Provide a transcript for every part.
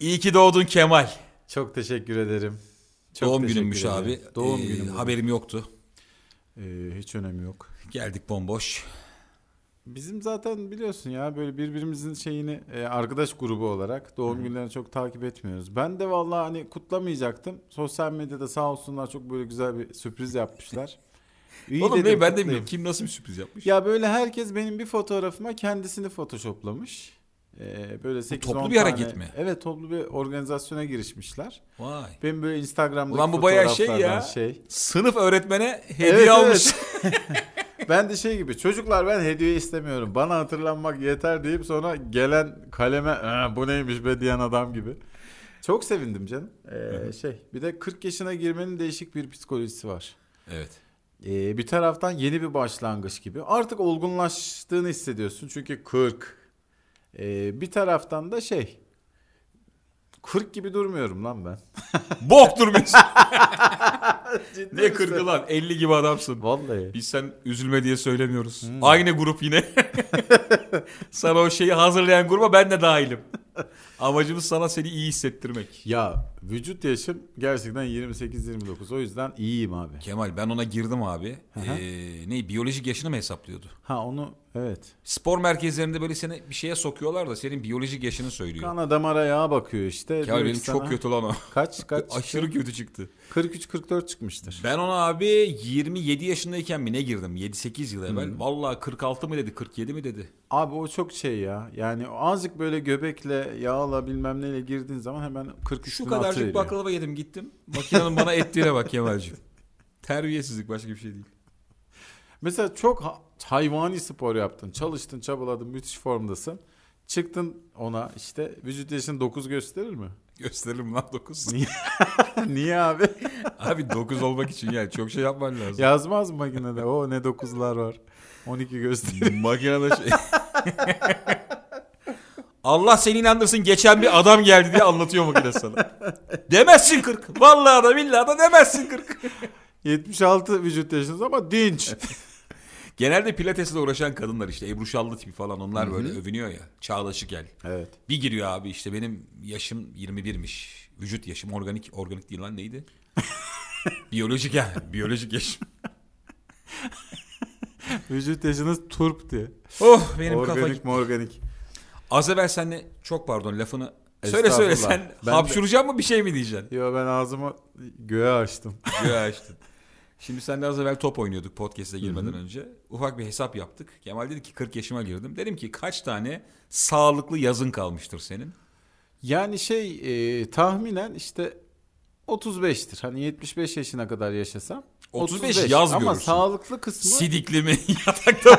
İyi ki doğdun Kemal. Çok teşekkür ederim. Çok Doğum teşekkür günümmüş ederim. abi. Doğum Ee, günüm. Haber... Haberim yoktu. hiç önemi yok. Geldik bomboş. Bizim zaten biliyorsun ya böyle birbirimizin şeyini e, arkadaş grubu olarak doğum günlerini çok takip etmiyoruz. Ben de vallahi hani kutlamayacaktım. Sosyal medyada sağ olsunlar çok böyle güzel bir sürpriz yapmışlar. İyi Oğlum dedim, ne ben de kutlayayım. bilmiyorum. Kim nasıl bir sürpriz yapmış? Ya böyle herkes benim bir fotoğrafıma kendisini photoshoplamış. Ee, böyle 8 toplu bir hareket mi? Evet toplu bir organizasyona girişmişler. Vay. Benim böyle Instagram'daki Ulan bu bayağı şey fotoğraflardan ya. şey. Sınıf öğretmene hediye Evet, almış. Ben de şey gibi çocuklar ben hediye istemiyorum. Bana hatırlanmak yeter deyip sonra gelen kaleme "Ee, bu neymiş be diyen adam gibi. Çok sevindim canım. Ee, şey bir de 40 yaşına girmenin değişik bir psikolojisi var. evet. Ee, bir taraftan yeni bir başlangıç gibi. Artık olgunlaştığını hissediyorsun çünkü 40. Ee, bir taraftan da şey 40 gibi durmuyorum lan ben. Bok durmuş. Ciddi şey. ne misin? kırgı lan? 50 gibi adamsın. Vallahi. Biz sen üzülme diye söylemiyoruz. Hmm. Aynı grup yine. sana o şeyi hazırlayan gruba ben de dahilim. Amacımız sana seni iyi hissettirmek. Ya vücut yaşım gerçekten 28-29 o yüzden iyiyim abi. Kemal ben ona girdim abi. Ee, ne biyolojik yaşını mı hesaplıyordu? Ha onu evet. Spor merkezlerinde böyle seni bir şeye sokuyorlar da senin biyolojik yaşını söylüyor. Kana damara yağa bakıyor işte. Diyor Kemal ki benim sana, çok kötü lan o. Kaç kaç? Aşırı kötü çıktı. 43-44 çıkmıştır. Ben ona abi 27 yaşındayken mi ne girdim? 7-8 yıl evvel. Vallahi 46 mı dedi 47 mi dedi. Abi o çok şey ya. Yani azıcık böyle göbekle yağla bilmem neyle girdiğin zaman hemen 43 Şu kadarcık baklava yedim gittim. Makinenin bana ettiğine bak Kemal'cim. Terbiyesizlik başka bir şey değil. Mesela çok ha- hayvani spor yaptın. Çalıştın, çabaladın, müthiş formdasın. Çıktın ona işte vücut yaşın 9 gösterir mi? Gösterelim lan 9. Niye abi? abi 9 olmak için yani çok şey yapman lazım. Yazmaz mı makinede? O ne 9'lar var. 12 gösterir. Makinede şey... Allah seni inandırsın geçen bir adam geldi diye anlatıyor makine sana. Demezsin 40. Vallahi da billahi da demezsin 40. 76 vücut yaşınız ama dinç. Genelde pilatesle uğraşan kadınlar işte Ebru Şallı tipi falan onlar böyle övünüyor ya. Çağdaşı gel. evet. Bir giriyor abi işte benim yaşım 21'miş. Vücut yaşım organik organik değil lan neydi? biyolojik yani biyolojik yaşım. Vücut yaşınız turp diye. Oh benim kafa organik gitti. mi organik? Az evvel senle çok pardon lafını söyle söyle Estağfurullah. sen Ben de- hapşuracak mı bir şey mi diyeceksin? Yo ben ağzımı göğe açtım. Yo, açtın. Şimdi senle az evvel top oynuyorduk podcast'e girmeden önce. Ufak bir hesap yaptık. Kemal dedi ki 40 yaşıma girdim. Dedim ki kaç tane sağlıklı yazın kalmıştır senin? Yani şey e, tahminen işte 35'tir. Hani 75 yaşına kadar yaşasam. 35 yaz Ama görürsün. sağlıklı kısmı. Sidikli mi yatakta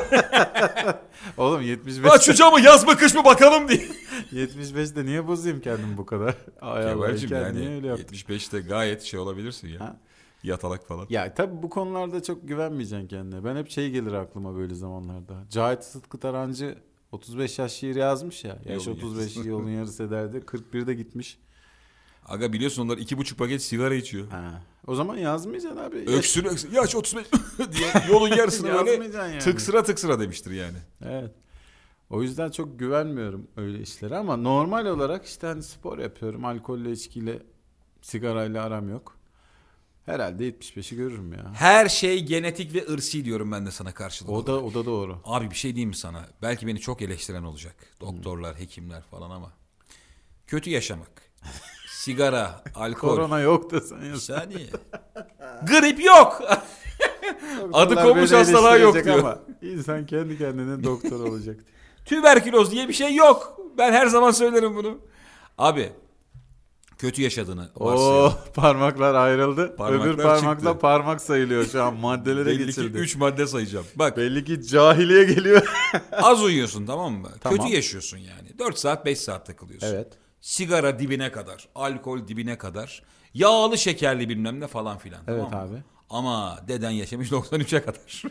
mı? Oğlum 75. Aç şu camı yaz mı kış mı bakalım diye. 75'de niye bozayım kendimi bu kadar? Kemal'cim Ayarlayken yani yani, niye öyle yaptım? 75'te gayet şey olabilirsin ya. Ha? Yatalak falan. Ya tabii bu konularda çok güvenmeyeceksin kendine. Ben hep şey gelir aklıma böyle zamanlarda. Cahit Sıtkı Tarancı 35 yaş şiiri yazmış ya. Yaş Yolun 35 yarısı. yolun yarısı ederdi. 41'de gitmiş. Aga biliyorsun onlar iki buçuk paket sigara içiyor. Ha. O zaman yazmayacaksın abi. Yaş- Öksür öksür. Yaş 35 diye yolun yarısını böyle yazmayacaksın yani. tıksıra tıksıra demiştir yani. Evet. O yüzden çok güvenmiyorum öyle işlere ama normal olarak işte hani spor yapıyorum. Alkolle, içkiyle, sigarayla aram yok. Herhalde 75'i görürüm ya. Her şey genetik ve ırsi diyorum ben de sana karşılık. O da o da doğru. Abi bir şey diyeyim mi sana? Belki beni çok eleştiren olacak. Doktorlar, hekimler falan ama. Kötü yaşamak. Sigara, alkol. Korona yok da sen Bir yaz. saniye. hani Grip yok. Adı Doktorlar konmuş beni hastalığa yok eleştirecek diyor. Ama insan kendi kendine doktor olacak. Tüberküloz diye bir şey yok. Ben her zaman söylerim bunu. Abi kötü yaşadığını Oo varsayalım. parmaklar ayrıldı. Parmaklar Öbür parmakla çıktı. parmak sayılıyor şu an maddelere Belli ki geçildi. 3 madde sayacağım. Bak Belli ki cahiliye geliyor. az uyuyorsun tamam mı? Tamam. Kötü yaşıyorsun yani. 4 saat 5 saat takılıyorsun. Sigara dibine kadar, alkol dibine kadar, yağlı şekerli bilmem ne falan filan. Evet tamam mı? abi. Ama deden yaşamış 93'e kadar.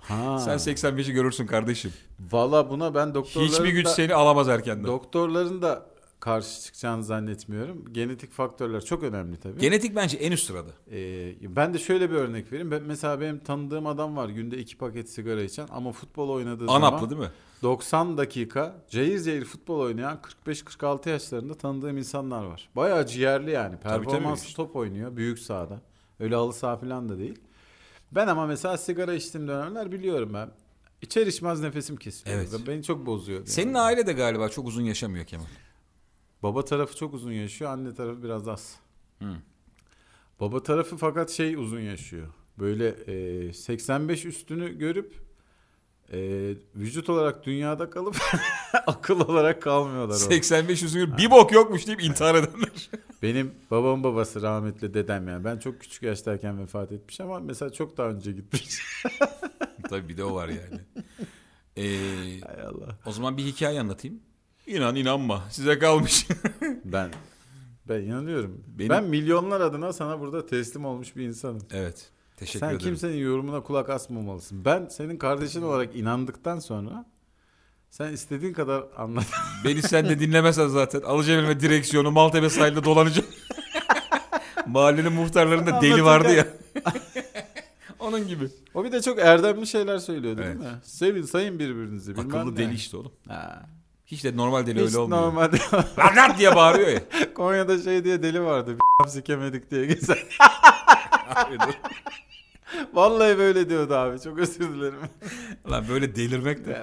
Ha. Sen 85'i görürsün kardeşim. Valla buna ben doktorların Hiçbir güç da, seni alamaz erkenden. doktorların da karşı çıkacağını zannetmiyorum. Genetik faktörler çok önemli tabii. Genetik bence en üst sırada. Ee, ben de şöyle bir örnek vereyim. Ben, mesela benim tanıdığım adam var günde iki paket sigara içen ama futbol oynadığı Anaplı zaman değil mi? 90 dakika cayır cayır futbol oynayan 45-46 yaşlarında tanıdığım insanlar var. Bayağı ciğerli yani. tabii. Performanslı top oynuyor büyük sahada. Öyle halı saha falan da değil. Ben ama mesela sigara içtiğim dönemler biliyorum ben. İçer içmez nefesim kesiliyor. Evet. Ve Beni çok bozuyor. yani. Senin aile de galiba çok uzun yaşamıyor Kemal. Baba tarafı çok uzun yaşıyor, anne tarafı biraz az. Hı. Baba tarafı fakat şey uzun yaşıyor. Böyle e, 85 üstünü görüp e, vücut olarak dünyada kalıp akıl olarak kalmıyorlar. orada. 85 yüzünü bir bok yokmuş deyip intihar edenler. Benim babam babası rahmetli dedem yani. Ben çok küçük yaştayken vefat etmiş ama mesela çok daha önce gitmiş. Tabii bir de o var yani. Ee, Hay Allah. o zaman bir hikaye anlatayım. İnan inanma size kalmış. Ben ben inanıyorum. Benim- Ben milyonlar adına sana burada teslim olmuş bir insanım. evet teşekkür Sen ederim. kimsenin yorumuna kulak asmamalısın. Ben senin kardeşin olarak inandıktan sonra sen istediğin kadar anlat. Beni sen de dinlemezsen zaten Alıcı direksiyonu Maltepe sahilde dolanacağım. Mahallenin muhtarlarında deli vardı ya. Onun gibi. O bir de çok erdemli şeyler söylüyordu Evet. değil mi? Sevin sayın birbirinizi. bilmem Akıllı ne. deli işte oğlum. Ha. Hiç de normal deli Hiç öyle olmuyor. normalde Lanet diye bağırıyor ya. Konya'da şey diye deli vardı. Bir sikemedik diye gezer. Vallahi böyle diyordu abi. Çok özür dilerim. Lan böyle delirmek de.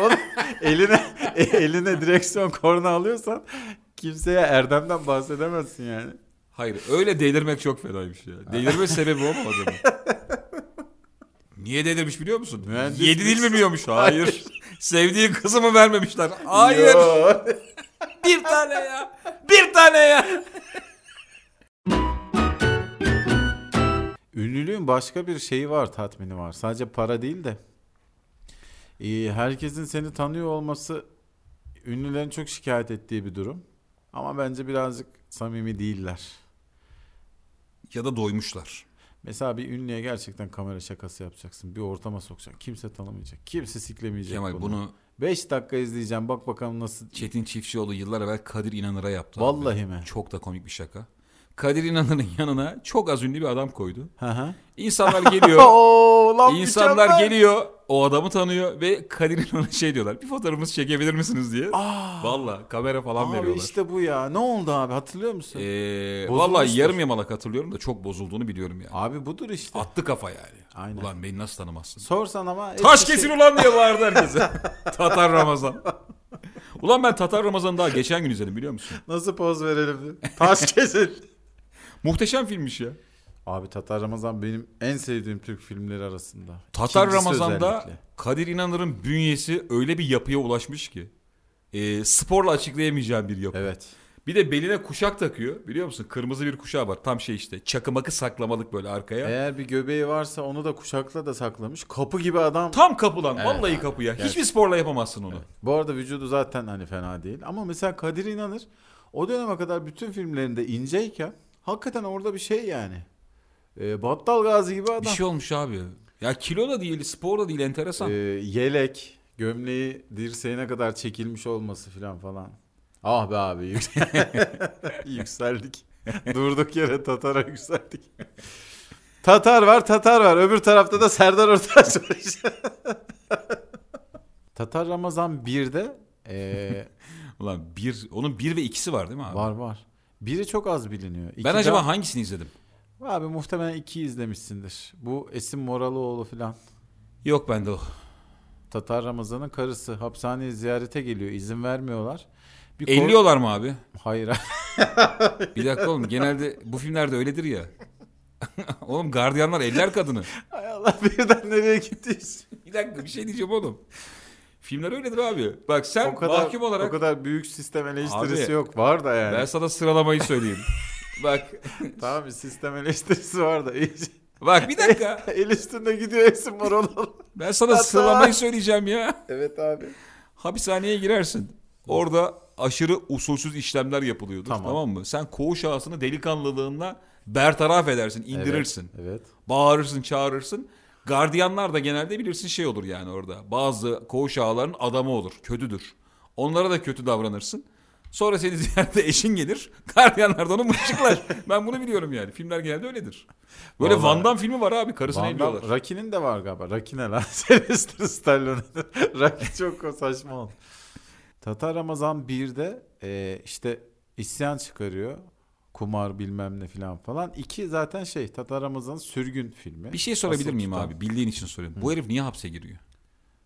Oğlum, eline eline direksiyon korna alıyorsan kimseye erdemden bahsedemezsin yani. Hayır öyle delirmek çok fenaymış ya. Delirme sebebi o mu adamın? Niye delirmiş biliyor musun? Mühendis Yedi dil mi biliyormuş? Hayır. Hayır. Sevdiği kızı mı vermemişler? Hayır. Yo. Bir tane ya. Bir tane ya. Ünlülüğün başka bir şeyi var, tatmini var. Sadece para değil de. Ee, herkesin seni tanıyor olması ünlülerin çok şikayet ettiği bir durum. Ama bence birazcık samimi değiller. Ya da doymuşlar. Mesela bir ünlüye gerçekten kamera şakası yapacaksın. Bir ortama sokacaksın. Kimse tanımayacak. Kimse siklemeyecek Kemal bunu 5 dakika izleyeceğim. Bak bakalım nasıl. Çetin Çiftçioğlu yıllar evvel Kadir İnanır'a yaptı. abi. Vallahi mi? Çok da komik bir şaka. Kadir İnanır'ın yanına çok az ünlü bir adam koydu. Hı hı. İnsanlar geliyor. Oo, lan insanlar mükemmel. geliyor. O adamı tanıyor ve Kadir İnanır'a şey diyorlar. Bir fotoğrafımızı çekebilir misiniz diye. Aa, Valla kamera falan abi veriyorlar. işte bu ya. Ne oldu abi hatırlıyor musun? Ee, Bozulmuştur. Valla yarım yamalak hatırlıyorum da çok bozulduğunu biliyorum yani. abi budur işte. Attı kafa yani. Aynen. şey. Ulan beni nasıl tanımazsın? Sorsan ama Taş Eskişehir- kesin ulan diye bağırdı herkese. Tatar Ramazan. Ulan ben Tatar Ramazan'ı daha geçen gün izledim biliyor musun? Nasıl poz verelim diye. Taş kesin. Muhteşem filmmiş ya. Abi Tatar Ramazan benim en sevdiğim Türk filmleri arasında. Tatar İkincisi Ramazan'da özellikle. Kadir İnanır'ın bünyesi öyle bir yapıya ulaşmış ki. e, sporla açıklayamayacağım bir yapı. Evet. Bir de beline kuşak takıyor biliyor musun? Kırmızı bir kuşağı var tam şey işte çakımakı saklamalık böyle arkaya. Eğer bir göbeği varsa onu da kuşakla da saklamış. Kapı gibi adam. Tam kapılan Evet vallahi abi, kapıya. gerçekten. Hiçbir sporla yapamazsın onu. Bu arada vücudu zaten hani fena değil. Ama mesela Kadir İnanır o döneme kadar bütün filmlerinde inceyken hakikaten orada bir şey yani. Ee, Battal Gazi gibi adam. Bir şey olmuş abi. Ya kilo da değil spor da değil enteresan. Ee, yelek, gömleği dirseğine kadar çekilmiş olması filan falan. Ah be abi yüksel- yükseldik. Durduk yere Tatar'a yükseldik. Tatar var, Tatar var. Öbür tarafta da Serdar Ortaç var işte. Tatar Ramazan 1'de ee, Ulan bir, onun bir ve ikisi var değil mi abi? var var. Biri çok az biliniyor. Ben İkiden- acaba hangisini izledim? Abi muhtemelen 2 izlemişsindir. Bu Esin Moralıoğlu filan. Yok bende o. Tatar Ramazan'ın karısı hapishaneye ziyarete geliyor. izin vermiyorlar. Bir kor- 50'yolar mı abi? Hayır. Bir dakika oğlum genelde bu filmlerde öyledir ya. oğlum gardiyanlar eller kadını. Hay Allah birden nereye gittiyiz? Bir dakika bir şey diyeceğim oğlum. Filmler öyledir abi. Bak sen O kadar, mahkum olarak o kadar büyük sistem eleştirisi Abi, yok. Var da yani. ben sana sıralamayı söyleyeyim. bak Tamam bir sistem eleştirisi var da. iyice- bak bir dakika. El üstünde gidiyor Esin Moralı. Ben sana Hatta- sıralamayı söyleyeceğim ya. evet abi. Hapishaneye girersin. Orada aşırı usulsüz işlemler yapılıyordur tamam, Tamam. mı? Sen koğuş ağasını delikanlılığınla bertaraf edersin, indirirsin. Evet. Bağırırsın, çağırırsın. Gardiyanlar da genelde bilirsin şey olur yani orada. Bazı koğuş ağaların adamı olur, kötüdür. Onlara da kötü davranırsın. Sonra seni ziyarete eşin gelir. Gardiyanlar da onu mırçıklar. ben bunu biliyorum yani. Filmler genelde öyledir. Böyle Vallahi- Van Damme filmi var abi. Karısını Van evliyorlar. Damme- Rocky'nin de var galiba. Rocky ne lan? Sylvester Stallone. Rocky çok saçma oldu. Tatar Ramazan 1'de e, işte isyan çıkarıyor. Kumar bilmem ne filan falan. 2 zaten şey Tatar Ramazan'ın sürgün filmi. Bir şey sorabilir Asıl miyim tutan. abi? Bildiğin için soruyorum. Bu herif niye hapse giriyor?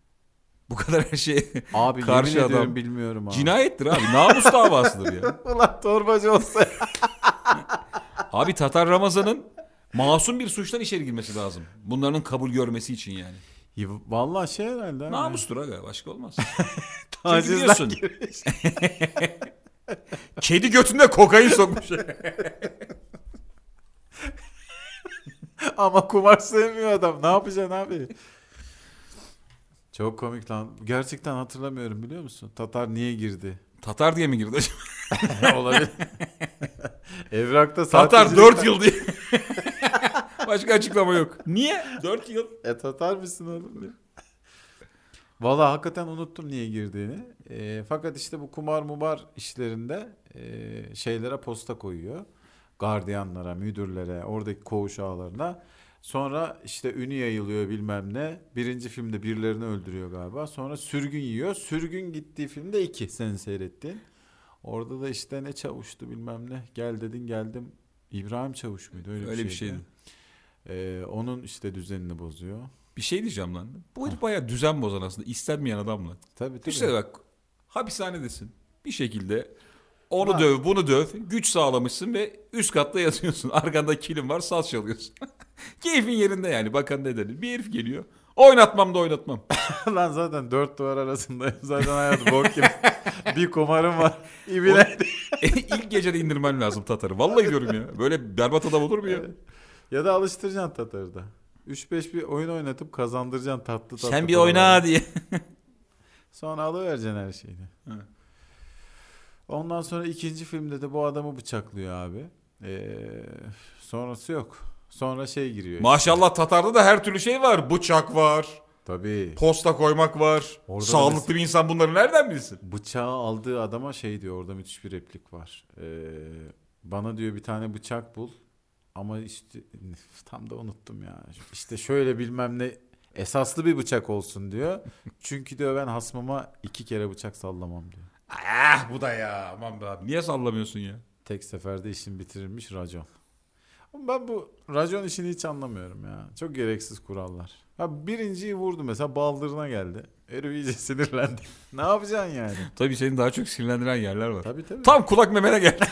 Bu kadar her şey Abi Karşı yemin ediyorum adam. bilmiyorum abi. cinayettir abi. Namus davasıdır ya. Ulan torbacı olsa. Abi Tatar Ramazan'ın masum bir suçtan içeri girmesi lazım. Bunların kabul görmesi için yani. Ya, Vallahi şey herhalde. abi. Namustur aga başka olmaz. Çünkü Tacizler biliyorsun. gibi. Kedi götünde kokain sokmuş. Ama kumar sevmiyor adam. Ne yapacaksın abi? Çok komik lan. Gerçekten hatırlamıyorum biliyor musun? Tatar niye girdi? Tatar diye mi girdi acaba? Olabilir. Evrakta Tatar sahtecilik- 4 yıl diye. başka açıklama yok. Niye? 4 yıl. E Tatar mısın oğlum? diye. Valla hakikaten unuttum niye girdiğini. E, fakat işte bu kumar mubar işlerinde e, şeylere posta koyuyor. Gardiyanlara, müdürlere, oradaki koğuş ağlarına. Sonra işte ünü yayılıyor bilmem ne. Birinci filmde birilerini öldürüyor galiba. Sonra sürgün yiyor. Sürgün gittiği filmde iki senin seyrettiğin. Orada da işte ne çavuştu bilmem ne. Gel dedin geldim. İbrahim Çavuş muydu? Öyle, Öyle bir bir şeydi. şeydi. Ee, onun işte düzenini bozuyor. Bir şey diyeceğim lan. Bu herif bayağı düzen bozan aslında. İstenmeyen adam lan. Tabii tabii. Düşünsene bak hapishanedesin bir şekilde onu Var. döv bunu döv güç sağlamışsın ve üst katta yatıyorsun arkanda kilim var saz çalıyorsun. Keyfin yerinde yani bakan ne denir bir herif geliyor oynatmam da oynatmam. Lan zaten dört duvar arasındayım. Zaten hayat bok gibi. bir kumarım var. İbine. İlk E, gecede indirmen lazım Tatar'ı vallahi diyorum ya böyle berbat adam olur mu ya? ya da alıştıracaksın Tatar'ı da. 3-5 bir oyun oynatıp kazandıracaksın tatlı tatlı. Sen bir paraları. oyna diye. Sonra alıvereceksin her şeyini. Evet. Ondan sonra ikinci filmde de bu adamı bıçaklıyor abi. Ee, sonrası yok. Sonra şey giriyor. işte. Maşallah Tatar'da da her türlü şey var bıçak var Tabii. posta koymak var Orada da sağlıklı mesela- bir insan bunları nereden bilsin? bıçağı aldığı adama şey diyor orada müthiş bir replik var. Ee, bana diyor bir tane bıçak bul ama işte tam da unuttum ya. İşte şöyle bilmem ne esaslı bir bıçak olsun diyor. Çünkü diyor ben hasmama iki kere bıçak sallamam diyor. Ah bu da ya aman be abi niye sallamıyorsun ya? Tek seferde işin bitirilmiş racon. Ama Ben bu racon işini hiç anlamıyorum ya. Çok gereksiz kurallar. Ha birinciyi vurdu mesela baldırına geldi. Herif iyice sinirlendi. ne yapacaksın yani? Tabii senin daha çok sinirlendiren yerler var. Tabii tabii. Tam kulak memene geldi.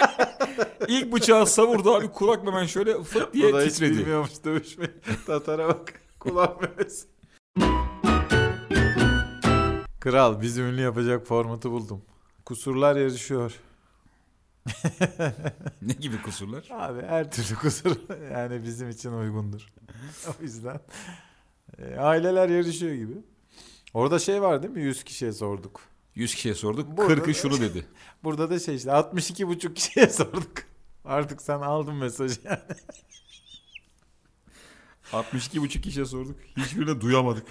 İlk bıçağı savurdu abi kulak memen şöyle fıt diye Bu da hiç titredi. bilmiyormuş dövüşmeyi. Tatara bak. Kulağım memesi. Kral biz ünlü yapacak formatı buldum. Kusurlar yarışıyor. Ne gibi kusurlar? Abi her türlü kusur yani bizim için uygundur. o yüzden e, aileler yarışıyor gibi. Orada şey var değil mi? 100 kişiye sorduk. 100 kişiye sorduk. Burada 40'ı da- şunu dedi. Burada da şey işte 62,5 kişiye sorduk. Artık sen aldın mesajı. 62,5 kişiye sorduk. Hiçbirini duyamadık.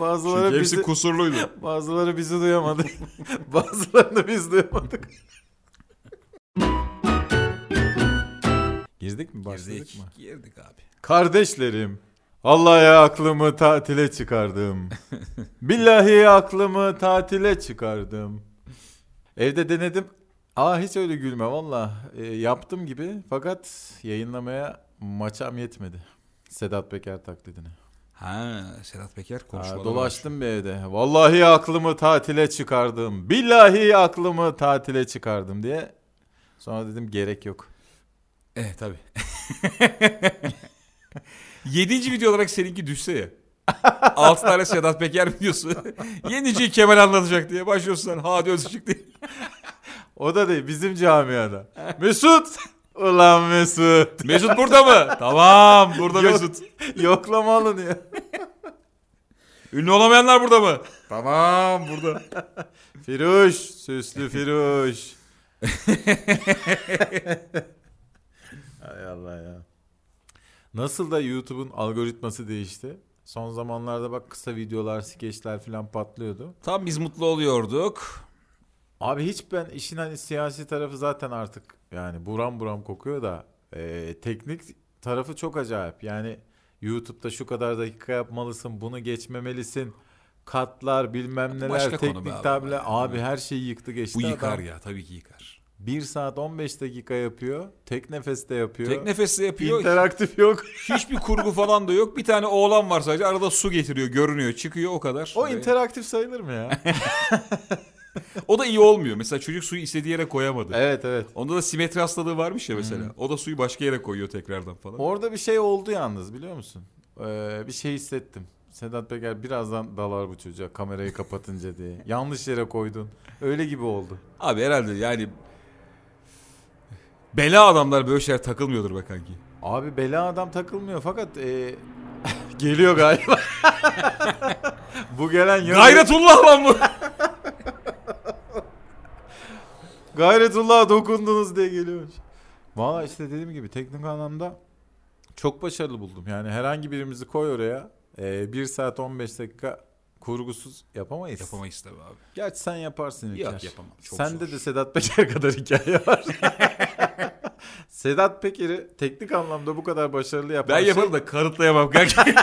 Bazıları Çünkü bizi- hepsi kusurluydu. Bazıları bizi duyamadı. Bazılarını biz duyamadık. Girdik mi? Başladık Girdik. mı? Girdik abi. Kardeşlerim, Allah'a aklımı tatile çıkardım. Billahi aklımı tatile çıkardım. Evde denedim. Aa hiç öyle gülme valla. E, yaptım gibi fakat yayınlamaya maçam yetmedi. Sedat Peker taklidini. Ha Sedat Peker Ha, konuşmaları. dolaştım bir evde. Vallahi aklımı tatile çıkardım. Billahi aklımı tatile çıkardım diye. Sonra dedim gerek yok. Evet Eh, tabii. Yedinci video olarak seninki düşse ya. Altı tane Sedat Peker videosu. Yeniciyi Kemal anlatacak diye başlıyorsun sen. Hadi Özışık diye. O da değil bizim camiada. Mesut! Ulan Mesut. Mesut burada mı? tamam burada Yok. Mesut. Yoklama alınıyor. Ünlü olamayanlar burada mı? Tamam burada. Firuş. Süslü Firuş. Hay Allah ya. Nasıl da YouTube'un algoritması değişti. Son zamanlarda bak kısa videolar, skeçler falan patlıyordu. Tam biz mutlu oluyorduk. Abi hiç ben işin hani siyasi tarafı zaten artık yani buram buram kokuyor da e, teknik tarafı çok acayip. Yani YouTube'da şu kadar dakika yapmalısın, bunu geçmemelisin. Katlar bilmem neler, başka konu be abi teknik bu tabirler. yani. Abi her şeyi yıktı geçti Bu yıkar adam. ya tabii ki yıkar. 1 saat 15 dakika yapıyor. Tek nefeste yapıyor. Tek nefesle yapıyor. İnteraktif yok. Hiçbir kurgu falan da yok. Bir tane oğlan var sadece. Arada su getiriyor, görünüyor, çıkıyor o kadar. O Ve- interaktif sayılır mı ya? O da iyi olmuyor. Mesela çocuk suyu istediği yere koyamadı. evet evet. Onda da simetri hastalığı varmış ya mesela. O da suyu başka yere koyuyor tekrardan falan. Orada bir şey oldu yalnız biliyor musun? Ee, bir şey hissettim. Sedat Peker birazdan dalar bu çocuğa kamerayı kapatınca diye. Yanlış yere koydun. Öyle gibi oldu. Abi herhalde yani bela adamlar böyle şeyler takılmıyordur be kanki. Abi bela adam takılmıyor fakat e, geliyor galiba. bu gelen yanı- Gayretullah lan bu. Gayretullah'a dokundunuz diye geliyor. Valla işte dediğim gibi teknik anlamda çok başarılı buldum. Yani herhangi birimizi koy oraya. E, 1 saat 15 dakika kurgusuz yapamayız. Yapamayız tabii abi. Gerçi sen yaparsın İlker. Yok yapamam. Çok Sende zor. de Sedat Peker kadar hikaye var. Sedat Peker'i teknik anlamda bu kadar başarılı yapan Ben şey- yaparım da kanıtlayamam kanki.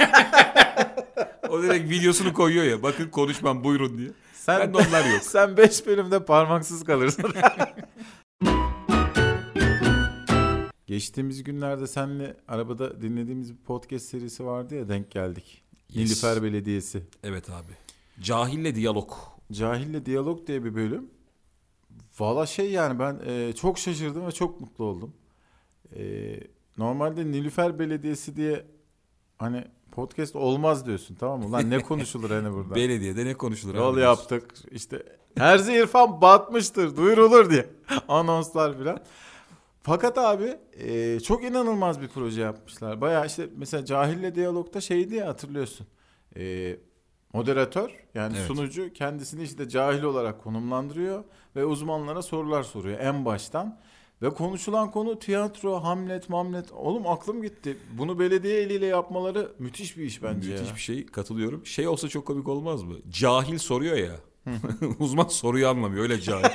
o direkt videosunu koyuyor ya. Bakın konuşmam buyurun diye. şey, sen, Ben de onlar yok. sen 5 bölümde parmaksız kalırsın. Geçtiğimiz günlerde senle arabada dinlediğimiz bir podcast serisi vardı ya denk geldik. Yes. Nilüfer Belediyesi. Evet abi. Cahille diyalog. Cahille Diyalog diye bir bölüm. Valla şey yani ben e, çok şaşırdım ve çok mutlu oldum. E, normalde Nilüfer Belediyesi diye hani podcast olmaz diyorsun tamam mı? Lan ne konuşulur hani burada? Belediyede ne konuşulur? Yol abi? yaptık işte. Terzi İrfan batmıştır duyurulur diye anonslar filan. Fakat abi e, çok inanılmaz bir proje yapmışlar. Bayağı işte mesela Cahil'le diyalogda şeydi ya hatırlıyorsun. E, moderatör yani Evet. sunucu kendisini işte cahil olarak konumlandırıyor ve uzmanlara sorular soruyor en baştan. Ve konuşulan konu tiyatro, Hamlet, Mamlet. Oğlum aklım gitti. Bunu belediye eliyle yapmaları müthiş bir iş bence Müthiş ya. bir şey katılıyorum. Şey olsa çok komik olmaz mı? Cahil soruyor ya. Uzman soruyu anlamıyor öyle cahil.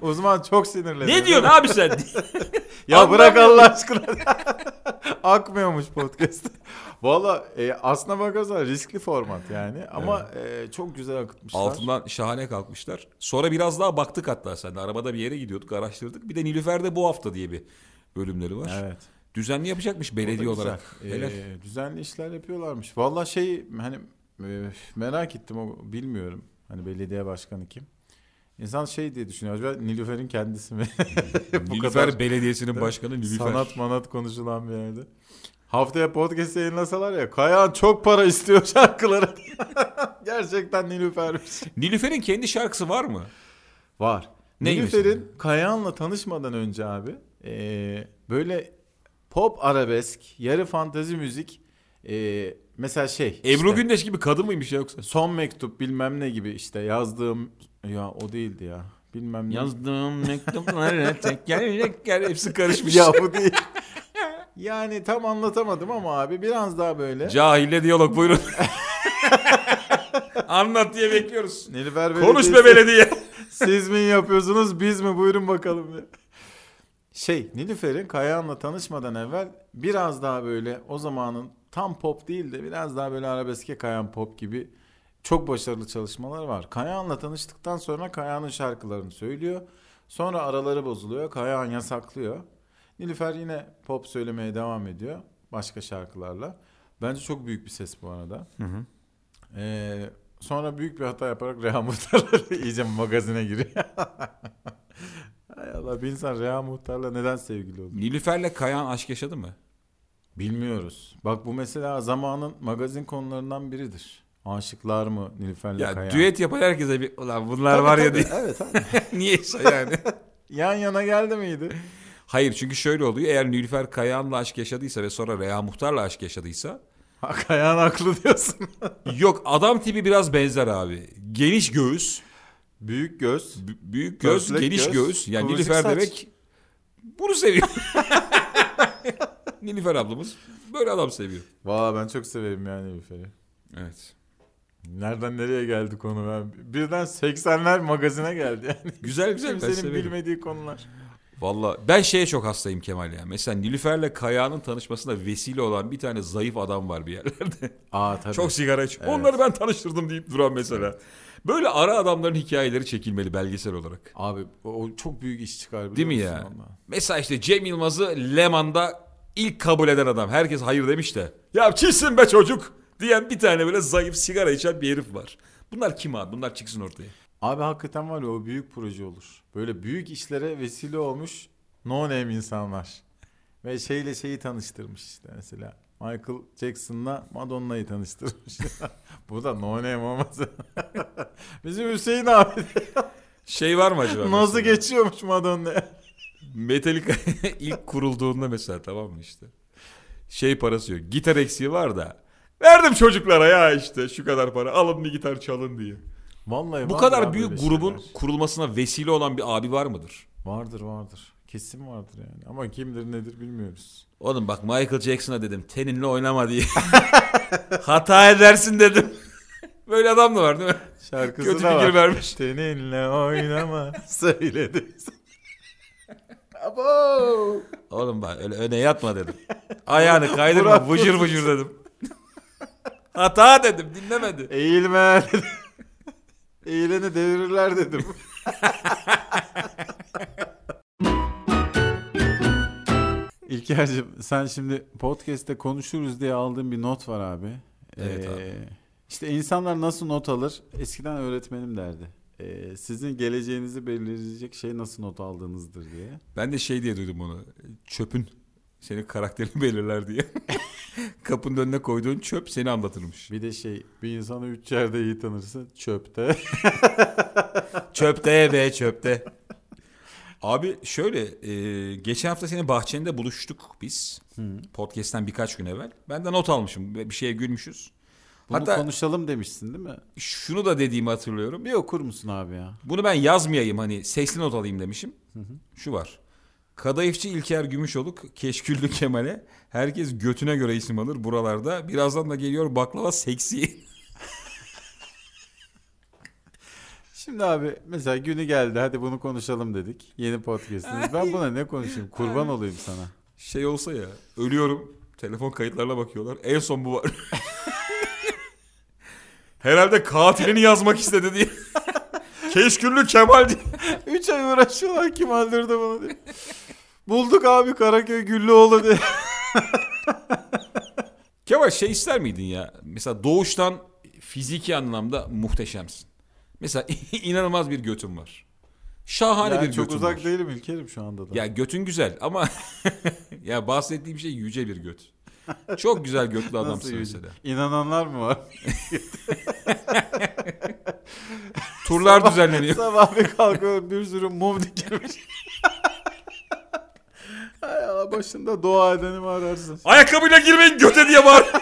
Uzman çok sinirleniyor. ne diyorsun abi sen? Ya Anlamıyorum. bırak Allah aşkına. Akmıyormuş podcast. Valla e, aslına bakarsan riskli format yani ama e, çok güzel akıtmışlar. Altından şahane kalkmışlar. Sonra biraz daha baktık hatta sen de. Arabada bir yere gidiyorduk araştırdık. Bir de Nilüfer'de bu hafta diye bir bölümleri var. Evet. Düzenli yapacakmış O da belediye güzel. olarak. E, Helal. düzenli işler yapıyorlarmış. Valla şey hani e, merak ettim o bilmiyorum. Hani belediye başkanı kim? İnsan şey diye düşünüyor. Acaba Nilüfer'in kendisi mi? bu Nilüfer kadar- Belediyesi'nin başkanı Nilüfer. Sanat manat konuşulan bir yerde. Haftaya podcast yayınlasalar ya. Kayahan çok para istiyor şarkıları. Gerçekten Nilüfer'miş. Nilüfer'in kendi şarkısı var mı? Var. Neymiş Nilüfer'in Kayahan'la tanışmadan önce abi eee, böyle pop arabesk, yarı fantezi müzik eee, mesela şey. Ebru işte, Gündeş gibi kadın mıymış yoksa? Son mektup bilmem ne gibi işte yazdığım ya o değildi ya. Bilmem ne. Yazdığım mektuplara teker teker hepsi karışmış. ya bu değil. yani tam anlatamadım ama abi biraz daha böyle. Cahille diyalog buyurun. Anlat diye bekliyoruz. Nilüfer Konuş be Belediyesi- belediye. Siz mi yapıyorsunuz biz mi buyurun bakalım diye. Şey Nilüfer'in Kayahan'la tanışmadan evvel biraz daha böyle o zamanın tam pop değil de biraz daha böyle arabeske kayan pop gibi çok başarılı çalışmalar var. Kayahan'la tanıştıktan sonra Kayahan'ın şarkılarını söylüyor. Sonra araları bozuluyor. Kayahan yasaklıyor. Nilüfer yine pop söylemeye devam ediyor başka şarkılarla. Bence çok büyük bir ses bu arada. Ee, sonra büyük bir hata yaparak Reha Muhtar'la iyice magazine giriyor. Hay Allah bir insan Reha Muhtar'la neden sevgili olur? Nilüfer'le Kayan aşk yaşadı mı? Bilmiyoruz. Bak bu mesela zamanın magazin konularından biridir. Aşıklar mı Nilüfer'le Ya Kayahan? düet yapan herkese bir ulan bunlar Tabii, var ya tabii. diye. Evet abi. Niye işte yani? Yan yana geldi miydi? Hayır çünkü şöyle oluyor. Eğer Nilüfer Kayan'la aşk yaşadıysa ve sonra Reha Muhtar'la aşk yaşadıysa Ha, Kayahan haklı diyorsun. yok adam tipi biraz benzer abi. Geniş göğüs, Büyük göz. b- büyük göz, Pörtlek geniş göğüs. göz, Yani kıvırcık Nilüfer saç. demek bunu seviyor. Nilüfer ablamız Böyle adam seviyor. Valla ben çok severim yani Nilüfer'i. Evet. Nereden nereye geldi konu? Ben birden 80'ler magazine geldi yani. Güzel güzel. Ben Kimsenin severim. bilmediği konular. Valla ben şeye çok hastayım Kemal ya. Mesela Nilüfer'le Kaya'nın tanışmasına vesile olan bir tane zayıf adam var bir yerlerde. Aa tabii. Çok sigara içiyor. Evet. Onları ben tanıştırdım deyip duran mesela. Böyle ara adamların hikayeleri çekilmeli belgesel olarak. Abi o çok büyük iş çıkar. Değil biliyor mi musun ya? valla? Mesela işte Cem Yılmaz'ı Leman'da ilk kabul eden adam. Herkes hayır demiş de. Ya kimsin be çocuk diyen bir tane böyle zayıf sigara içen bir herif var. Bunlar kim abi? Bunlar çıksın ortaya. Abi hakikaten var ya o büyük proje olur. Böyle büyük işlere vesile olmuş no name insanlar. Ve şeyle şeyi tanıştırmış işte mesela. Michael Jackson'la Madonna'yı tanıştırmış. Bu da no name olmaz. Bizim Hüseyin abi Şey var mı acaba? nasıl mesela? geçiyormuş Madonna'ya. Metallica ilk kurulduğunda mesela tamam mı işte. Şey parası yok. Gitar eksiği var da. Verdim çocuklara ya işte şu kadar para. Alın bir gitar çalın diye. Vallahi Bu var kadar ya büyük böyle grubun şeyler. kurulmasına vesile olan bir abi var mıdır? Vardır vardır. Kesin vardır yani. Ama kimdir nedir bilmiyoruz. Oğlum bak Michael Jackson'a dedim teninle oynama diye. Hata edersin dedim. Böyle adam da var değil mi? Şarkısı Kötü da fikir var. vermiş. Seninle oynama söyledi. Abo. Oğlum bak öyle öne yatma dedim. Ayağını kaydırma Murat vıcır vıcır dedim. Hata dedim dinlemedi. Eğilme dedim. Eğileni devirirler dedim. İlker'cim sen şimdi podcast'te konuşuruz diye aldığın bir not var abi. Evet abi. İşte insanlar nasıl not alır? Eskiden öğretmenim derdi. Ee, sizin geleceğinizi belirleyecek şey nasıl not aldığınızdır diye. Ben de şey diye duydum onu. Çöpün senin karakterini belirler diye. Kapının önüne koyduğun çöp seni anlatırmış. Bir de şey bir insanı üç yerde iyi tanırsın çöpte. Çöpte be çöpte. Abi şöyle e, geçen hafta senin bahçende buluştuk biz. Podcast'ten birkaç gün evvel. Ben de not almışım. Bir şeye gülmüşüz. Bunu Hatta konuşalım demişsin değil mi? şunu da dediğimi hatırlıyorum. Bir okur musun abi ya? Bunu ben yazmayayım hani sesli not alayım demişim. Şu var. Kadayıfçı İlker Gümüşoluk, Keşküllü Kemal'e herkes götüne göre isim alır buralarda. Birazdan da geliyor baklava seksi. Şimdi abi mesela günü geldi hadi bunu konuşalım dedik. Yeni podcast'imiz. Ben buna ne konuşayım? Kurban olayım sana. Şey olsa ya ölüyorum. Telefon kayıtlarına bakıyorlar. En son bu var. Herhalde katilini yazmak istedi diye. Keşküllü Kemal diye. Üç ay uğraşıyorlar kim öldürdü bunu diye. Bulduk abi Karaköy Güllüoğlu diye. Kemal şey ister miydin ya? Mesela doğuştan fiziki anlamda muhteşemsin. Mesela inanılmaz bir götün var. Şahane Yani bir çok götün uzak var. değilim İlker'im şu anda da. Ya götün güzel ama ya bahsettiğim şey yüce bir göt. Çok güzel götlü Nasıl adamsın yürüyeceğim? mesela. İnananlar mı var? Turlar Sabah- düzenleniyor. Sabah bir kalkıyorum bir sürü mum dikilmiş. Hay Allah başında dua edeni mi ararsın? Ayakkabıyla girmeyin göte diye bağır.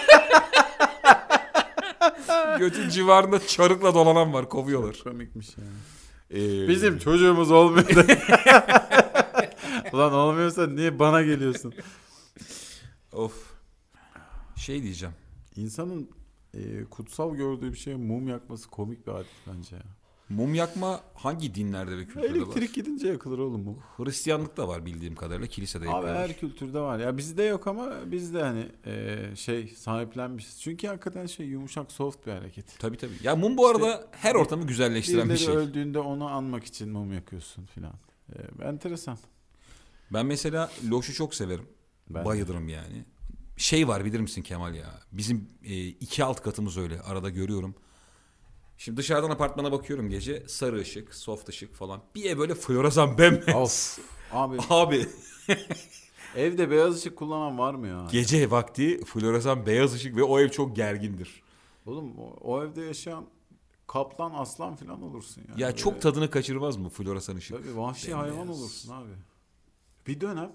Götün civarında çarıkla dolanan var kovuyorlar. Komikmiş yani. Ee, Bizim çocuğumuz olmuyor da. Ulan olmuyorsa niye bana geliyorsun? Of. Şey diyeceğim. İnsanın e, kutsal gördüğü bir şeye mum yakması komik bir adet bence ya. Mum yakma hangi dinlerde ve kültürde var? Elektrik gidince yakılır oğlum mum. Hristiyanlıkta var bildiğim kadarıyla kilisede Abi yapıyorlar. her kültürde var. Ya bizde yok ama bizde hani e, şey sahiplenmişiz. Çünkü hakikaten şey yumuşak soft bir hareket. Tabii tabii. Ya mum bu arada her ortamı güzelleştiren bir Birileri şey. öldüğünde onu anmak için mum yakıyorsun filan. E, enteresan. Ben mesela loşu çok severim. Ben de. Bayılırım yani. Şey var bilir misin Kemal ya? Bizim e, iki alt katımız öyle. Arada görüyorum. Şimdi dışarıdan apartmana bakıyorum gece. Sarı ışık, soft ışık falan. Bir ev böyle floresan bembe. of. Abi Abi evde beyaz ışık kullanan var mı ya? gece vakti floresan beyaz ışık ve o ev çok gergindir. Oğlum o, o evde yaşayan kaplan aslan filan olursun yani. Ya çok Böyle- tadını kaçırmaz mı floresan ışık? Tabii vahşi hayvan Bembeyaz. olursun abi. Bir dönem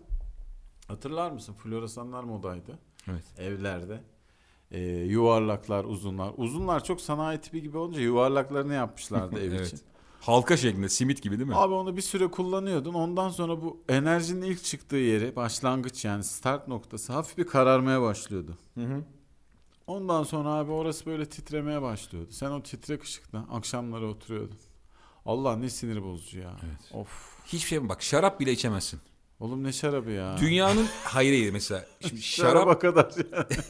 hatırlar mısın floresanlar modaydı Evet. evlerde. Ee, yuvarlaklar, uzunlar. Uzunlar çok sanayi tipi gibi olunca yuvarlaklarını yapmışlardı ev Evet. için. Halka şeklinde simit gibi değil mi? Abi onu bir süre kullanıyordun. Ondan sonra bu enerjinin ilk çıktığı yeri, başlangıç yani start noktası hafif bir kararmaya başlıyordu. Ondan sonra abi orası böyle titremeye başlıyordu. Sen o titrek ışıkta akşamları oturuyordun. Allah ne sinir bozucu ya. Of. Hiçbir şey mi? Bak şarap bile içemezsin. Oğlum ne şarabı ya. Dünyanın hayır hayır mesela. Şimdi şarap Şaraba kadar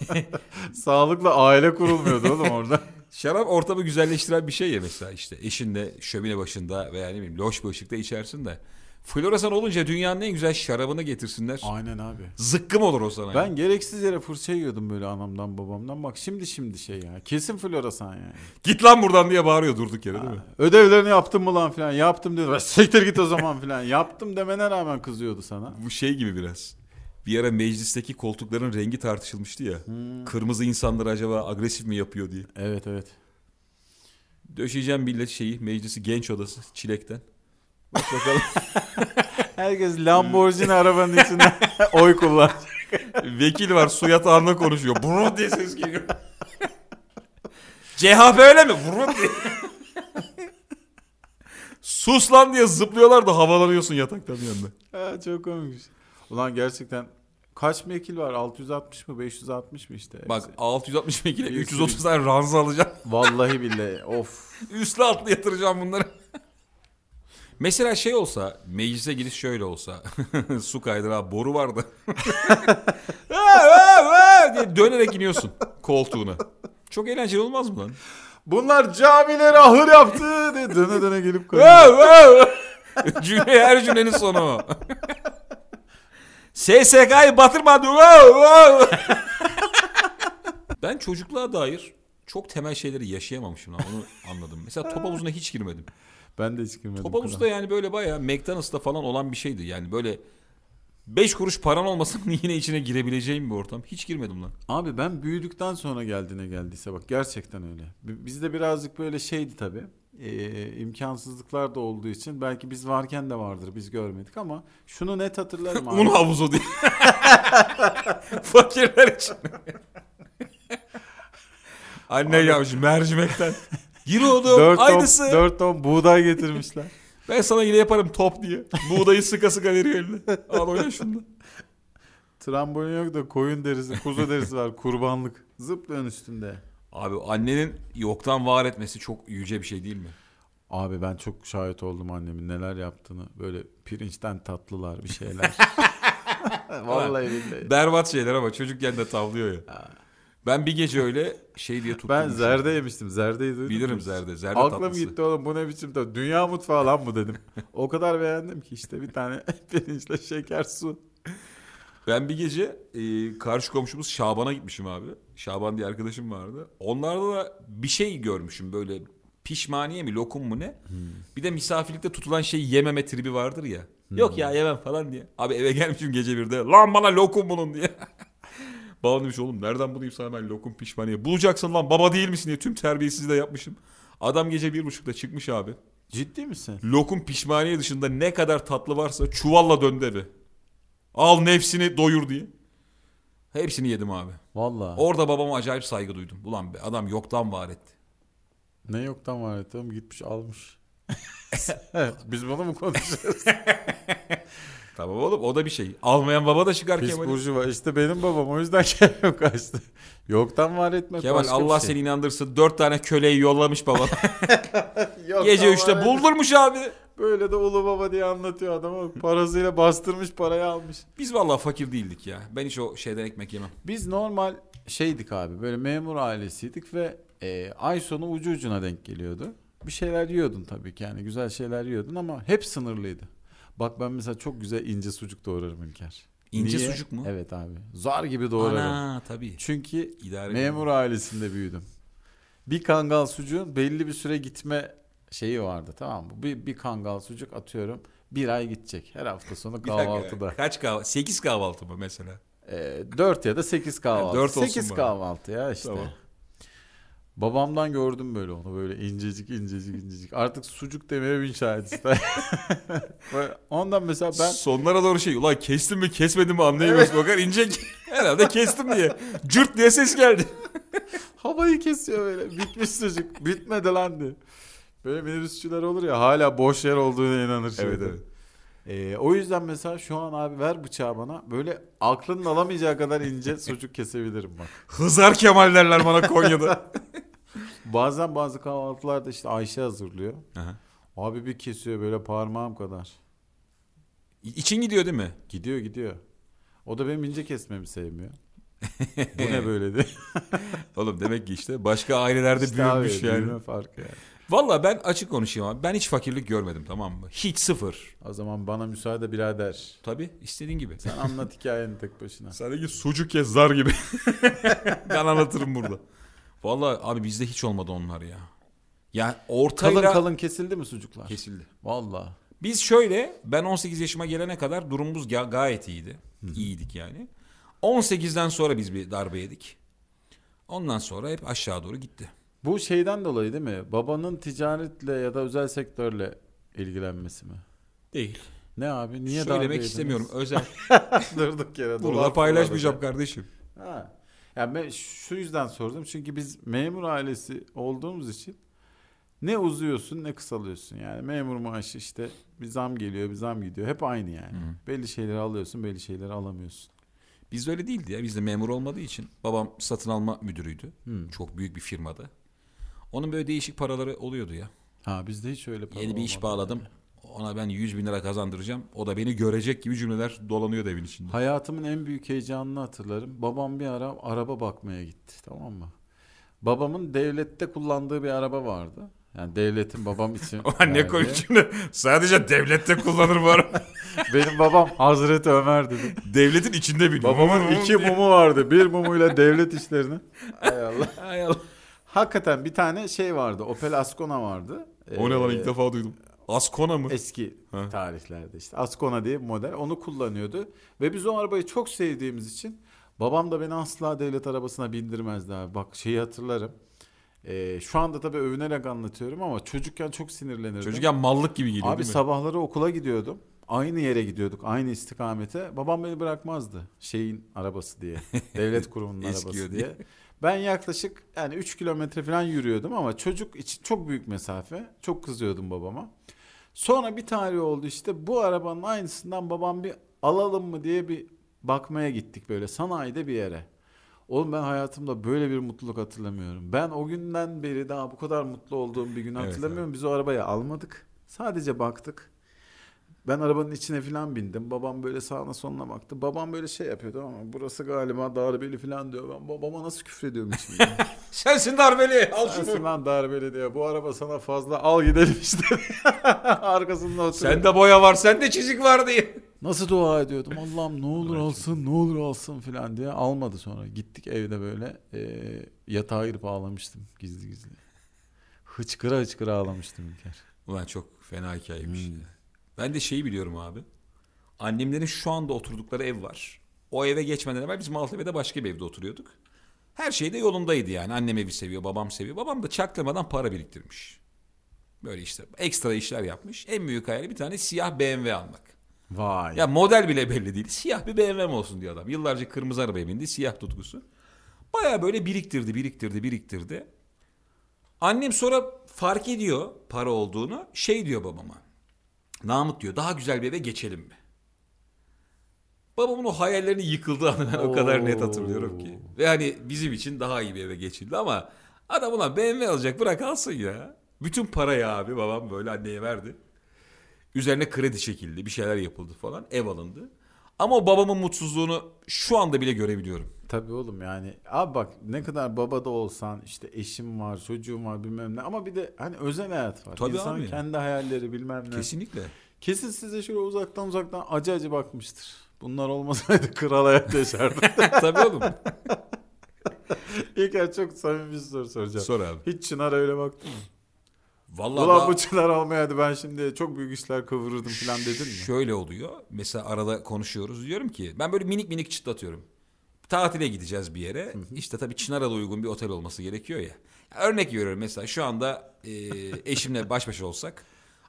yani. Sağlıkla aile kurulmuyordu oğlum orada. şarap ortamı güzelleştiren bir şey ya mesela işte eşinle şömine başında veya ne bileyim loş bir ışıkta içersin de. Floresan olunca dünyanın en güzel şarabını getirsinler. Aynen abi. Zıkkım olur o sana. Ben gereksiz yere fırça yiyordum böyle anamdan babamdan. Bak şimdi şimdi şey ya. Kesin floresan yani. Git lan buradan diye bağırıyor durduk yere değil mi? Ödevlerini yaptın mı lan filan yaptım diyordu. "Ben Siktir git o zaman filan yaptım demene rağmen kızıyordu sana. Bu şey gibi biraz. Bir ara meclisteki koltukların rengi tartışılmıştı ya. Kırmızı insanlar acaba agresif mi yapıyor diye. Evet evet. Döşeyeceğim millet şeyi meclisi genç odası çilekten. Bak bakalım Herkes Lamborghini arabanın içinde Hmm. oy kullan. vekil var su yatağında konuşuyor. Brrr diye ses geliyor. CHP öyle mi? Brrr diye. Sus lan diye zıplıyorlar da havalanıyorsun yataktan bir anda. Ha, çok komikmiş. Ulan gerçekten kaç mekil var? 660 mı 560 mı işte? Bak Hepsi. 660 vekile 330 tane ranza alacağım. Vallahi billahi of. Üstlü altlı yatıracağım bunları. Mesela şey olsa, meclise giriş şöyle olsa. su kaydırağı boru vardı. Ha, ha, ha diye dönerek iniyorsun koltuğuna. Çok eğlenceli olmaz mı lan? Bunlar camileri ahır yaptı diye döne döne gelip koyuyor. Ha, ha, ha. Cümle her cümlenin sonu. o. SSK'yı batırma diyor. Ha, ha. ben çocukluğa dair çok temel şeyleri yaşayamamışım lan onu anladım. Mesela top havuzuna hiç girmedim. Ben de hiç girmedim. Top havuzu da yani böyle bayağı McDonald's'ta falan olan bir şeydi. Yani böyle 5 kuruş paran olmasın yine içine girebileceğim bir ortam. Hiç girmedim lan. Abi ben büyüdükten sonra geldiğine geldiyse bak gerçekten öyle. B- Bizde birazcık böyle şeydi tabii. Ee, imkansızlıklar da olduğu için belki biz varken de vardır biz görmedik ama şunu net hatırlarım abi. Un havuzu diye. Fakirler için. Anne yavrucu mercimekten. Gir oğlum 4 ton, aynısı. 4 ton buğday getirmişler. Ben sana yine yaparım top diye. Buğdayı sıka sıka veriyor eline. Al oyna şunu. Trambolin yok da koyun derisi, kuzu derisi var kurbanlık. Zıplıyorsun üstünde. Abi annenin yoktan var etmesi çok yüce bir şey değil mi? Abi ben çok şahit oldum annemin neler yaptığını. Böyle pirinçten tatlılar bir şeyler. Vallahi billahi. Berbat şeyler ama çocukken de tavlıyor ya. Ben bir gece öyle şey diye tuttum. Ben zerde yemiştim. Zerdeyi duydun Bilirim mu? zerde. Zerde Aklım tatlısı. gitti oğlum bu ne biçim tadı? Dünya mutfağı lan bu dedim. o kadar beğendim ki işte bir tane pirinçle şeker su. Ben bir gece e, karşı komşumuz Şaban'a gitmişim abi. Şaban diye arkadaşım vardı. Onlarda da bir şey görmüşüm böyle pişmaniye mi lokum mu ne? Bir de misafirlikte tutulan şeyi yememe tribi vardır ya. Yok ya yemem falan diye. Abi eve gelmişim gece birde. Lan bana lokum bulun diye. Babam demiş oğlum nereden bulayım sana ben lokum pişmaniye. Bulacaksın lan baba değil misin diye tüm terbiyesizliği de yapmışım. Adam gece bir buçukta çıkmış abi. Ciddi misin? Lokum pişmaniye dışında ne kadar tatlı varsa çuvalla döndü eve. Al nefsini doyur diye. Hepsini yedim abi. Vallahi. Orada babama acayip saygı duydum. Ulan be adam yoktan var etti. Ne yoktan var ya, tamam gitmiş almış. Biz bunu mu konuşuyoruz? Tamam oğlum o da bir şey. Almayan baba da çıkar Pis Kemal. burjuva. İşte benim babam o yüzden Kemal kaçtı. Yoktan var etmek Kemal başka bir Allah şey. seni inandırsın. Dört tane köleyi yollamış baba. Yoktan Gece var üçte etmek. buldurmuş abi. Böyle de ulu baba diye anlatıyor adama. Parasıyla bastırmış parayı almış. Biz vallahi fakir değildik ya. Ben hiç o şeyden ekmek yemem. Biz normal şeydik abi böyle memur ailesiydik ve e, ay sonu ucu ucuna denk geliyordu. Bir şeyler yiyordun tabii ki yani güzel şeyler yiyordun ama hep sınırlıydı. Bak ben mesela çok güzel ince sucuk doğrarım İlker. İnce Niye? sucuk mu? Evet abi. Zar gibi doğrarım. Ana tabii. Çünkü İdare memur ailesinde büyüdüm. Bir kangal sucuğun belli bir süre gitme şeyi vardı tamam mı? Bir, bir kangal sucuk atıyorum bir ay gidecek. Her hafta sonu Bir dakika. kahvaltıda. Kaç kahvaltı? Sekiz kahvaltı mı mesela? E, 4 ya da 8 kahvaltı. Dört olsun 8 bana. kahvaltı ya işte. Tamam. Babamdan gördüm böyle onu böyle incecik incecik incecik. Artık sucuk demeye bin şahit ister. Böyle Ondan mesela ben sonlara doğru şey ulan kestim mi kesmedim mi anlayamıyorsun bakar ince herhalde kestim diye cırt diye ses geldi. havayı kesiyor böyle. Bitmiş sucuk. Bitmedi lan diye. Böyle minibüsçüler olur ya hala boş yer olduğuna inanır. Evet şeyde. evet. Ee, o yüzden mesela şu an abi ver bıçağı bana böyle aklının alamayacağı kadar ince sucuk kesebilirim bak. Hızar Kemal derler bana Konya'da. Bazen bazı kahvaltılarda işte Ayşe hazırlıyor. Aha. Abi bir kesiyor böyle parmağım kadar. İçin gidiyor değil mi? Gidiyor gidiyor. O da benim ince kesmemi sevmiyor. Bu ne böyle diye. Oğlum demek ki işte başka ailelerde İşte abi, büyümüş yani. büyüme farkı yani. Valla ben açık konuşayım abi. Ben hiç fakirlik görmedim tamam mı? Hiç sıfır. O zaman bana müsaade birader. Tabii istediğin gibi. Sen anlat hikayeni tek başına. Sadece sucuk ye zar gibi. ben anlatırım burada. Valla abi bizde hiç olmadı onlar ya. Yani ortayla Kalın kalın kesildi mi sucuklar? kesildi. Valla. Biz şöyle ben 18 yaşıma gelene kadar durumumuz ga- gayet iyiydi. İyiydik yani. 18'den sonra biz bir darbe yedik. Ondan sonra hep aşağı doğru gitti. Bu şeyden dolayı değil mi? Babanın ticaretle ya da özel sektörle ilgilenmesi mi? Değil. Ne abi? Niye darbe Söylemek yediniz? istemiyorum. Özel. Durduk yere. dolar Burada paylaşmayacağım kardeşim. fırladı. Ha. Ya ben şu yüzden sordum. Çünkü biz memur ailesi olduğumuz için ne uzuyorsun ne kısalıyorsun yani. Memur maaşı işte bir zam geliyor bir zam gidiyor. Hep aynı yani. Belli şeyleri alıyorsun belli şeyleri alamıyorsun. Bizde öyle değildi ya. Bizde memur olmadığı için. Babam satın alma müdürüydü. Hı. Çok büyük bir firmada. Onun böyle değişik paraları oluyordu ya. Ha bizde hiç öyle para Yeni bir iş olmadı. bağladım. Ona ben 100 bin lira kazandıracağım. O da beni görecek gibi cümleler dolanıyor da evin içinde. Hayatımın en büyük heyecanını hatırlarım. Babam bir ara araba bakmaya gitti tamam mı? Babamın devlette kullandığı bir araba vardı. Yani devletin babam için. verdiği. cümle. Sadece devlette kullanır bu araba. Benim babam Hazreti Ömer dedi. Devletin içinde biniyor. Babamın iki mumu vardı. Bir mumuyla devlet işlerini. Hay Allah. Hay Allah. Hakikaten bir tane şey vardı. Opel Ascona vardı. O ne lan Ee, ilk defa duydum. Ascona mı? Eski Ha. tarihlerde işte Ascona diye bir model onu kullanıyordu ve biz o arabayı çok sevdiğimiz için babam da beni asla devlet arabasına bindirmezdi abi bak şeyi hatırlarım Ee, şu anda tabii övünerek anlatıyorum ama çocukken çok sinirlenirdim. Çocukken mallık gibi geliyor abi değil mi? sabahları okula gidiyordum aynı yere gidiyorduk aynı istikamete babam beni bırakmazdı şeyin arabası diye devlet kurumunun Eskiyor arabası diye. diye. Ben yaklaşık yani 3 kilometre falan yürüyordum ama çocuk için çok büyük mesafe. Çok kızıyordum babama. Sonra bir tarih oldu işte bu arabanın aynısından babam bir alalım mı diye bir bakmaya gittik böyle sanayide bir yere. Oğlum ben hayatımda böyle bir mutluluk hatırlamıyorum. Ben o günden beri daha bu kadar mutlu olduğum bir gün Evet, hatırlamıyorum. Biz o arabayı almadık. Sadece baktık. Ben arabanın içine falan bindim. Babam böyle sağına soluna baktı. Babam böyle şey yapıyordu ama burası galiba darbeli falan diyor. Ben babama nasıl küfrediyorum şimdi? Sensin darbeli. Al Nasıl lan darbeli diyor. Bu araba sana fazla al gidelim işte. Arkasında oturuyor. Sende boya var, sende çizik var diye. Nasıl dua ediyordum. Allah'ım ne olur alsın ne olur alsın falan diye. Almadı sonra. Gittik evde böyle e, yatağa girip ağlamıştım gizli gizli. Hıçkıra hıçkıra ağlamıştım İlker. Ulan çok fena hikayeymiş. Ben de şeyi biliyorum abi. Annemlerin şu anda oturdukları ev var. O eve geçmeden evvel biz Maltepe'de başka bir evde oturuyorduk. Her şey de yolundaydı yani. Annem evi seviyor, babam seviyor. Babam da çaktırmadan para biriktirmiş. Böyle işte ekstra işler yapmış. En büyük hayali bir tane siyah BMW almak. Vay. Ya model bile belli değil. Siyah bir BMW'm olsun diyor adam. Yıllarca kırmızı arabaya bindi. Siyah tutkusu. Baya böyle biriktirdi, biriktirdi, biriktirdi. Annem sonra fark ediyor para olduğunu. Şey diyor babama. Namık diyor daha güzel bir eve geçelim mi? Babamın o hayallerinin yıkıldığı anı ben o kadar net hatırlıyorum ki. Ve hani bizim için daha iyi bir eve geçildi ama adam ulan BMW alacak bırak alsın ya. Bütün parayı abi babam böyle anneye verdi. Üzerine kredi çekildi, bir şeyler yapıldı falan, ev alındı. Ama o babamın mutsuzluğunu şu anda bile görebiliyorum. Tabii oğlum yani. Abi bak ne kadar baba da olsan işte eşim var çocuğum var bilmem ne ama bir de hani özel hayat var. Tabii İnsanın abi. kendi hayalleri bilmem ne. Kesinlikle. Kesin size şöyle uzaktan uzaktan acı acı bakmıştır. Bunlar olmasaydı kral hayat yaşardı. Tabii oğlum. İlker çok samimi bir soru soracağım. Sor abi. Hiç Çınar'a öyle baktın mı? Vallahi Ulan daha- bu Çınar olmayaydı ben şimdi çok büyük işler kıvırırdım falan dedin mi? Şöyle oluyor. Mesela arada konuşuyoruz. Diyorum ki ben böyle minik minik çıtlatıyorum. Tatile gideceğiz bir yere. İşte tabii Çınar'a da uygun bir otel olması gerekiyor ya. Örnek veriyorum mesela şu anda e, eşimle baş başa olsak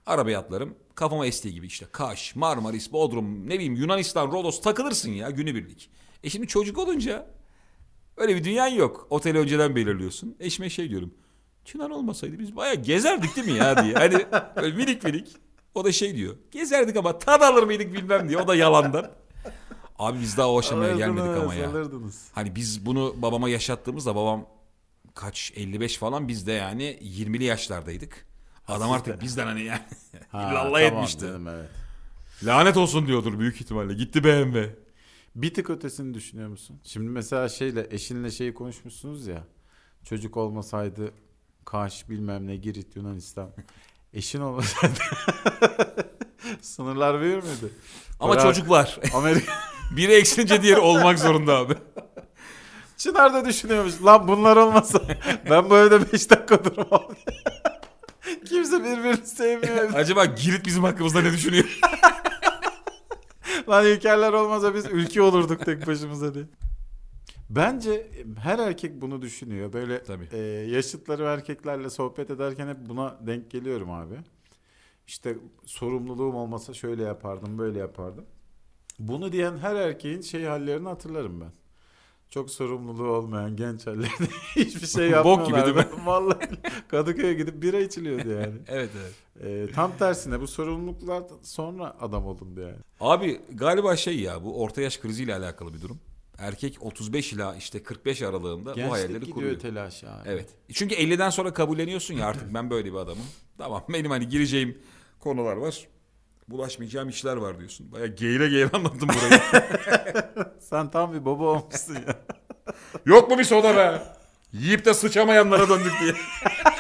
arabaya atlarım. Kafama estiği gibi işte Kaş, Marmaris, Bodrum, ne bileyim Yunanistan, Rodos takılırsın ya günübirlik. E şimdi çocuk olunca öyle bir dünyan yok. Oteli önceden belirliyorsun. Eşime şey diyorum. Çınar olmasaydı biz bayağı gezerdik değil mi ya diye. Hani böyle minik minik. O da şey diyor. Gezerdik ama tad alır mıydık bilmem diye. O da yalandan. Abi biz daha o aşamaya gelmedik ama ya. Alırdınız. Hani biz bunu babama yaşattığımızda babam kaç 55 falan biz de yani 20'li yaşlardaydık. Adam artık bizden hani yani illallah etmişti. Dedim, evet. Lanet olsun diyordur büyük ihtimalle. Gitti BMW. Bir tık ötesini düşünüyor musun? Şimdi mesela şeyle eşinle şeyi konuşmuşsunuz ya. Çocuk olmasaydı Kaş bilmem ne Girit Yunanistan. Eşin olmasaydı sınırlar verir miydi? Ama Bırak. çocuk var. Amerika Biri eksilince diğeri olmak zorunda abi. Çınar da düşünüyormuş. Lan bunlar olmasa ben bu evde 5 dakika durmam. Kimse birbirini sevmiyor. Acaba Girit bizim hakkımızda ne düşünüyor? Lan ülkeler olmasa biz ülke olurduk tek başımıza diye. Bence her erkek bunu düşünüyor. Böyle Tabii. e, yaşıtları erkeklerle sohbet ederken hep buna denk geliyorum abi. İşte sorumluluğum olmasa şöyle yapardım, böyle yapardım. Bunu diyen her erkeğin şey hallerini hatırlarım ben. Çok sorumluluğu olmayan genç hallerinde hiçbir şey yapmıyorlar. Bok gibi değil mi? Vallahi Kadıköy'e gidip bira içiliyordu yani. evet evet. E, tam tersine bu sorumluluklardan sonra adam olundu yani. Abi galiba şey ya bu orta yaş kriziyle alakalı bir durum. Erkek 35 ila işte 45 aralığında bu hayalleri kuruyor. telaşa. abi. Evet. Çünkü 50'den sonra kabulleniyorsun ya artık ben böyle bir adamım. Tamam benim hani gireceğim konular var. Bulaşmayacağım işler var diyorsun. Baya geğire geğire anlattım burayı. Sen tam bir baba olmuşsun ya. Yok mu bir soda be? Yiyip de sıçamayanlara döndük diye.